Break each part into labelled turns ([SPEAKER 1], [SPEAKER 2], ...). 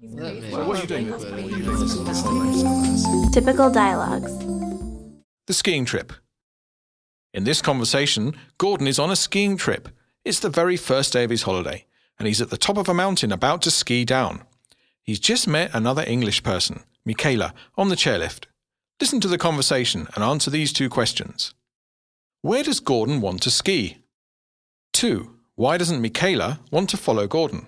[SPEAKER 1] What are you doing with
[SPEAKER 2] Typical dialogues.
[SPEAKER 1] The skiing trip. In this conversation, Gordon is on a skiing trip. It's the very first day of his holiday, and he's at the top of a mountain about to ski down. He's just met another English person, Michaela, on the chairlift. Listen to the conversation and answer these two questions. Where does Gordon want to ski? 2. Why doesn't Michaela want to follow Gordon?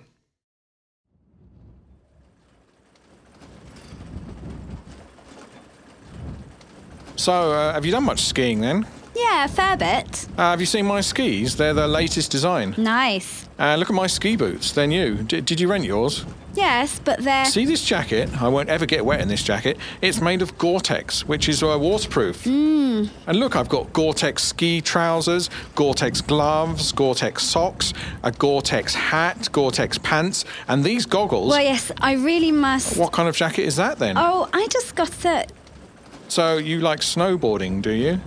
[SPEAKER 1] So, uh, have you done much skiing then?
[SPEAKER 3] Yeah, a fair bit.
[SPEAKER 1] Uh, have you seen my skis? They're the latest design.
[SPEAKER 3] Nice.
[SPEAKER 1] Uh, look at my ski boots. They're new. D- did you rent yours?
[SPEAKER 3] Yes, but they're.
[SPEAKER 1] See this jacket? I won't ever get wet in this jacket. It's made of Gore-Tex, which is uh, waterproof.
[SPEAKER 3] Hmm.
[SPEAKER 1] And look, I've got Gore-Tex ski trousers, Gore-Tex gloves, Gore-Tex socks, a Gore-Tex hat, Gore-Tex pants, and these goggles.
[SPEAKER 3] Well, yes, I really must.
[SPEAKER 1] What kind of jacket is that then?
[SPEAKER 3] Oh, I just got a.
[SPEAKER 1] So you like snowboarding, do you?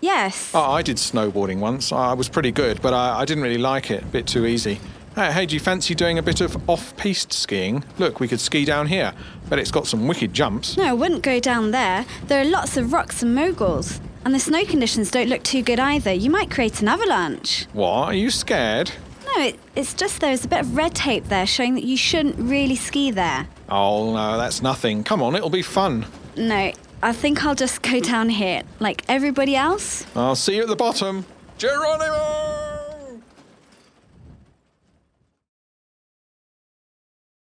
[SPEAKER 3] Yes.
[SPEAKER 1] Oh, I did snowboarding once. I was pretty good, but I, I didn't really like it. A bit too easy. Hey, hey, do you fancy doing a bit of off-piste skiing? Look, we could ski down here, but it's got some wicked jumps.
[SPEAKER 3] No, I wouldn't go down there. There are lots of rocks and moguls. And the snow conditions don't look too good either. You might create an avalanche.
[SPEAKER 1] What? Are you scared?
[SPEAKER 3] No, it, it's just there's a bit of red tape there showing that you shouldn't really ski there.
[SPEAKER 1] Oh no, that's nothing. Come on, it'll be fun.
[SPEAKER 3] No, I think I'll just go down here, like everybody else.
[SPEAKER 1] I'll see you at the bottom, Geronimo.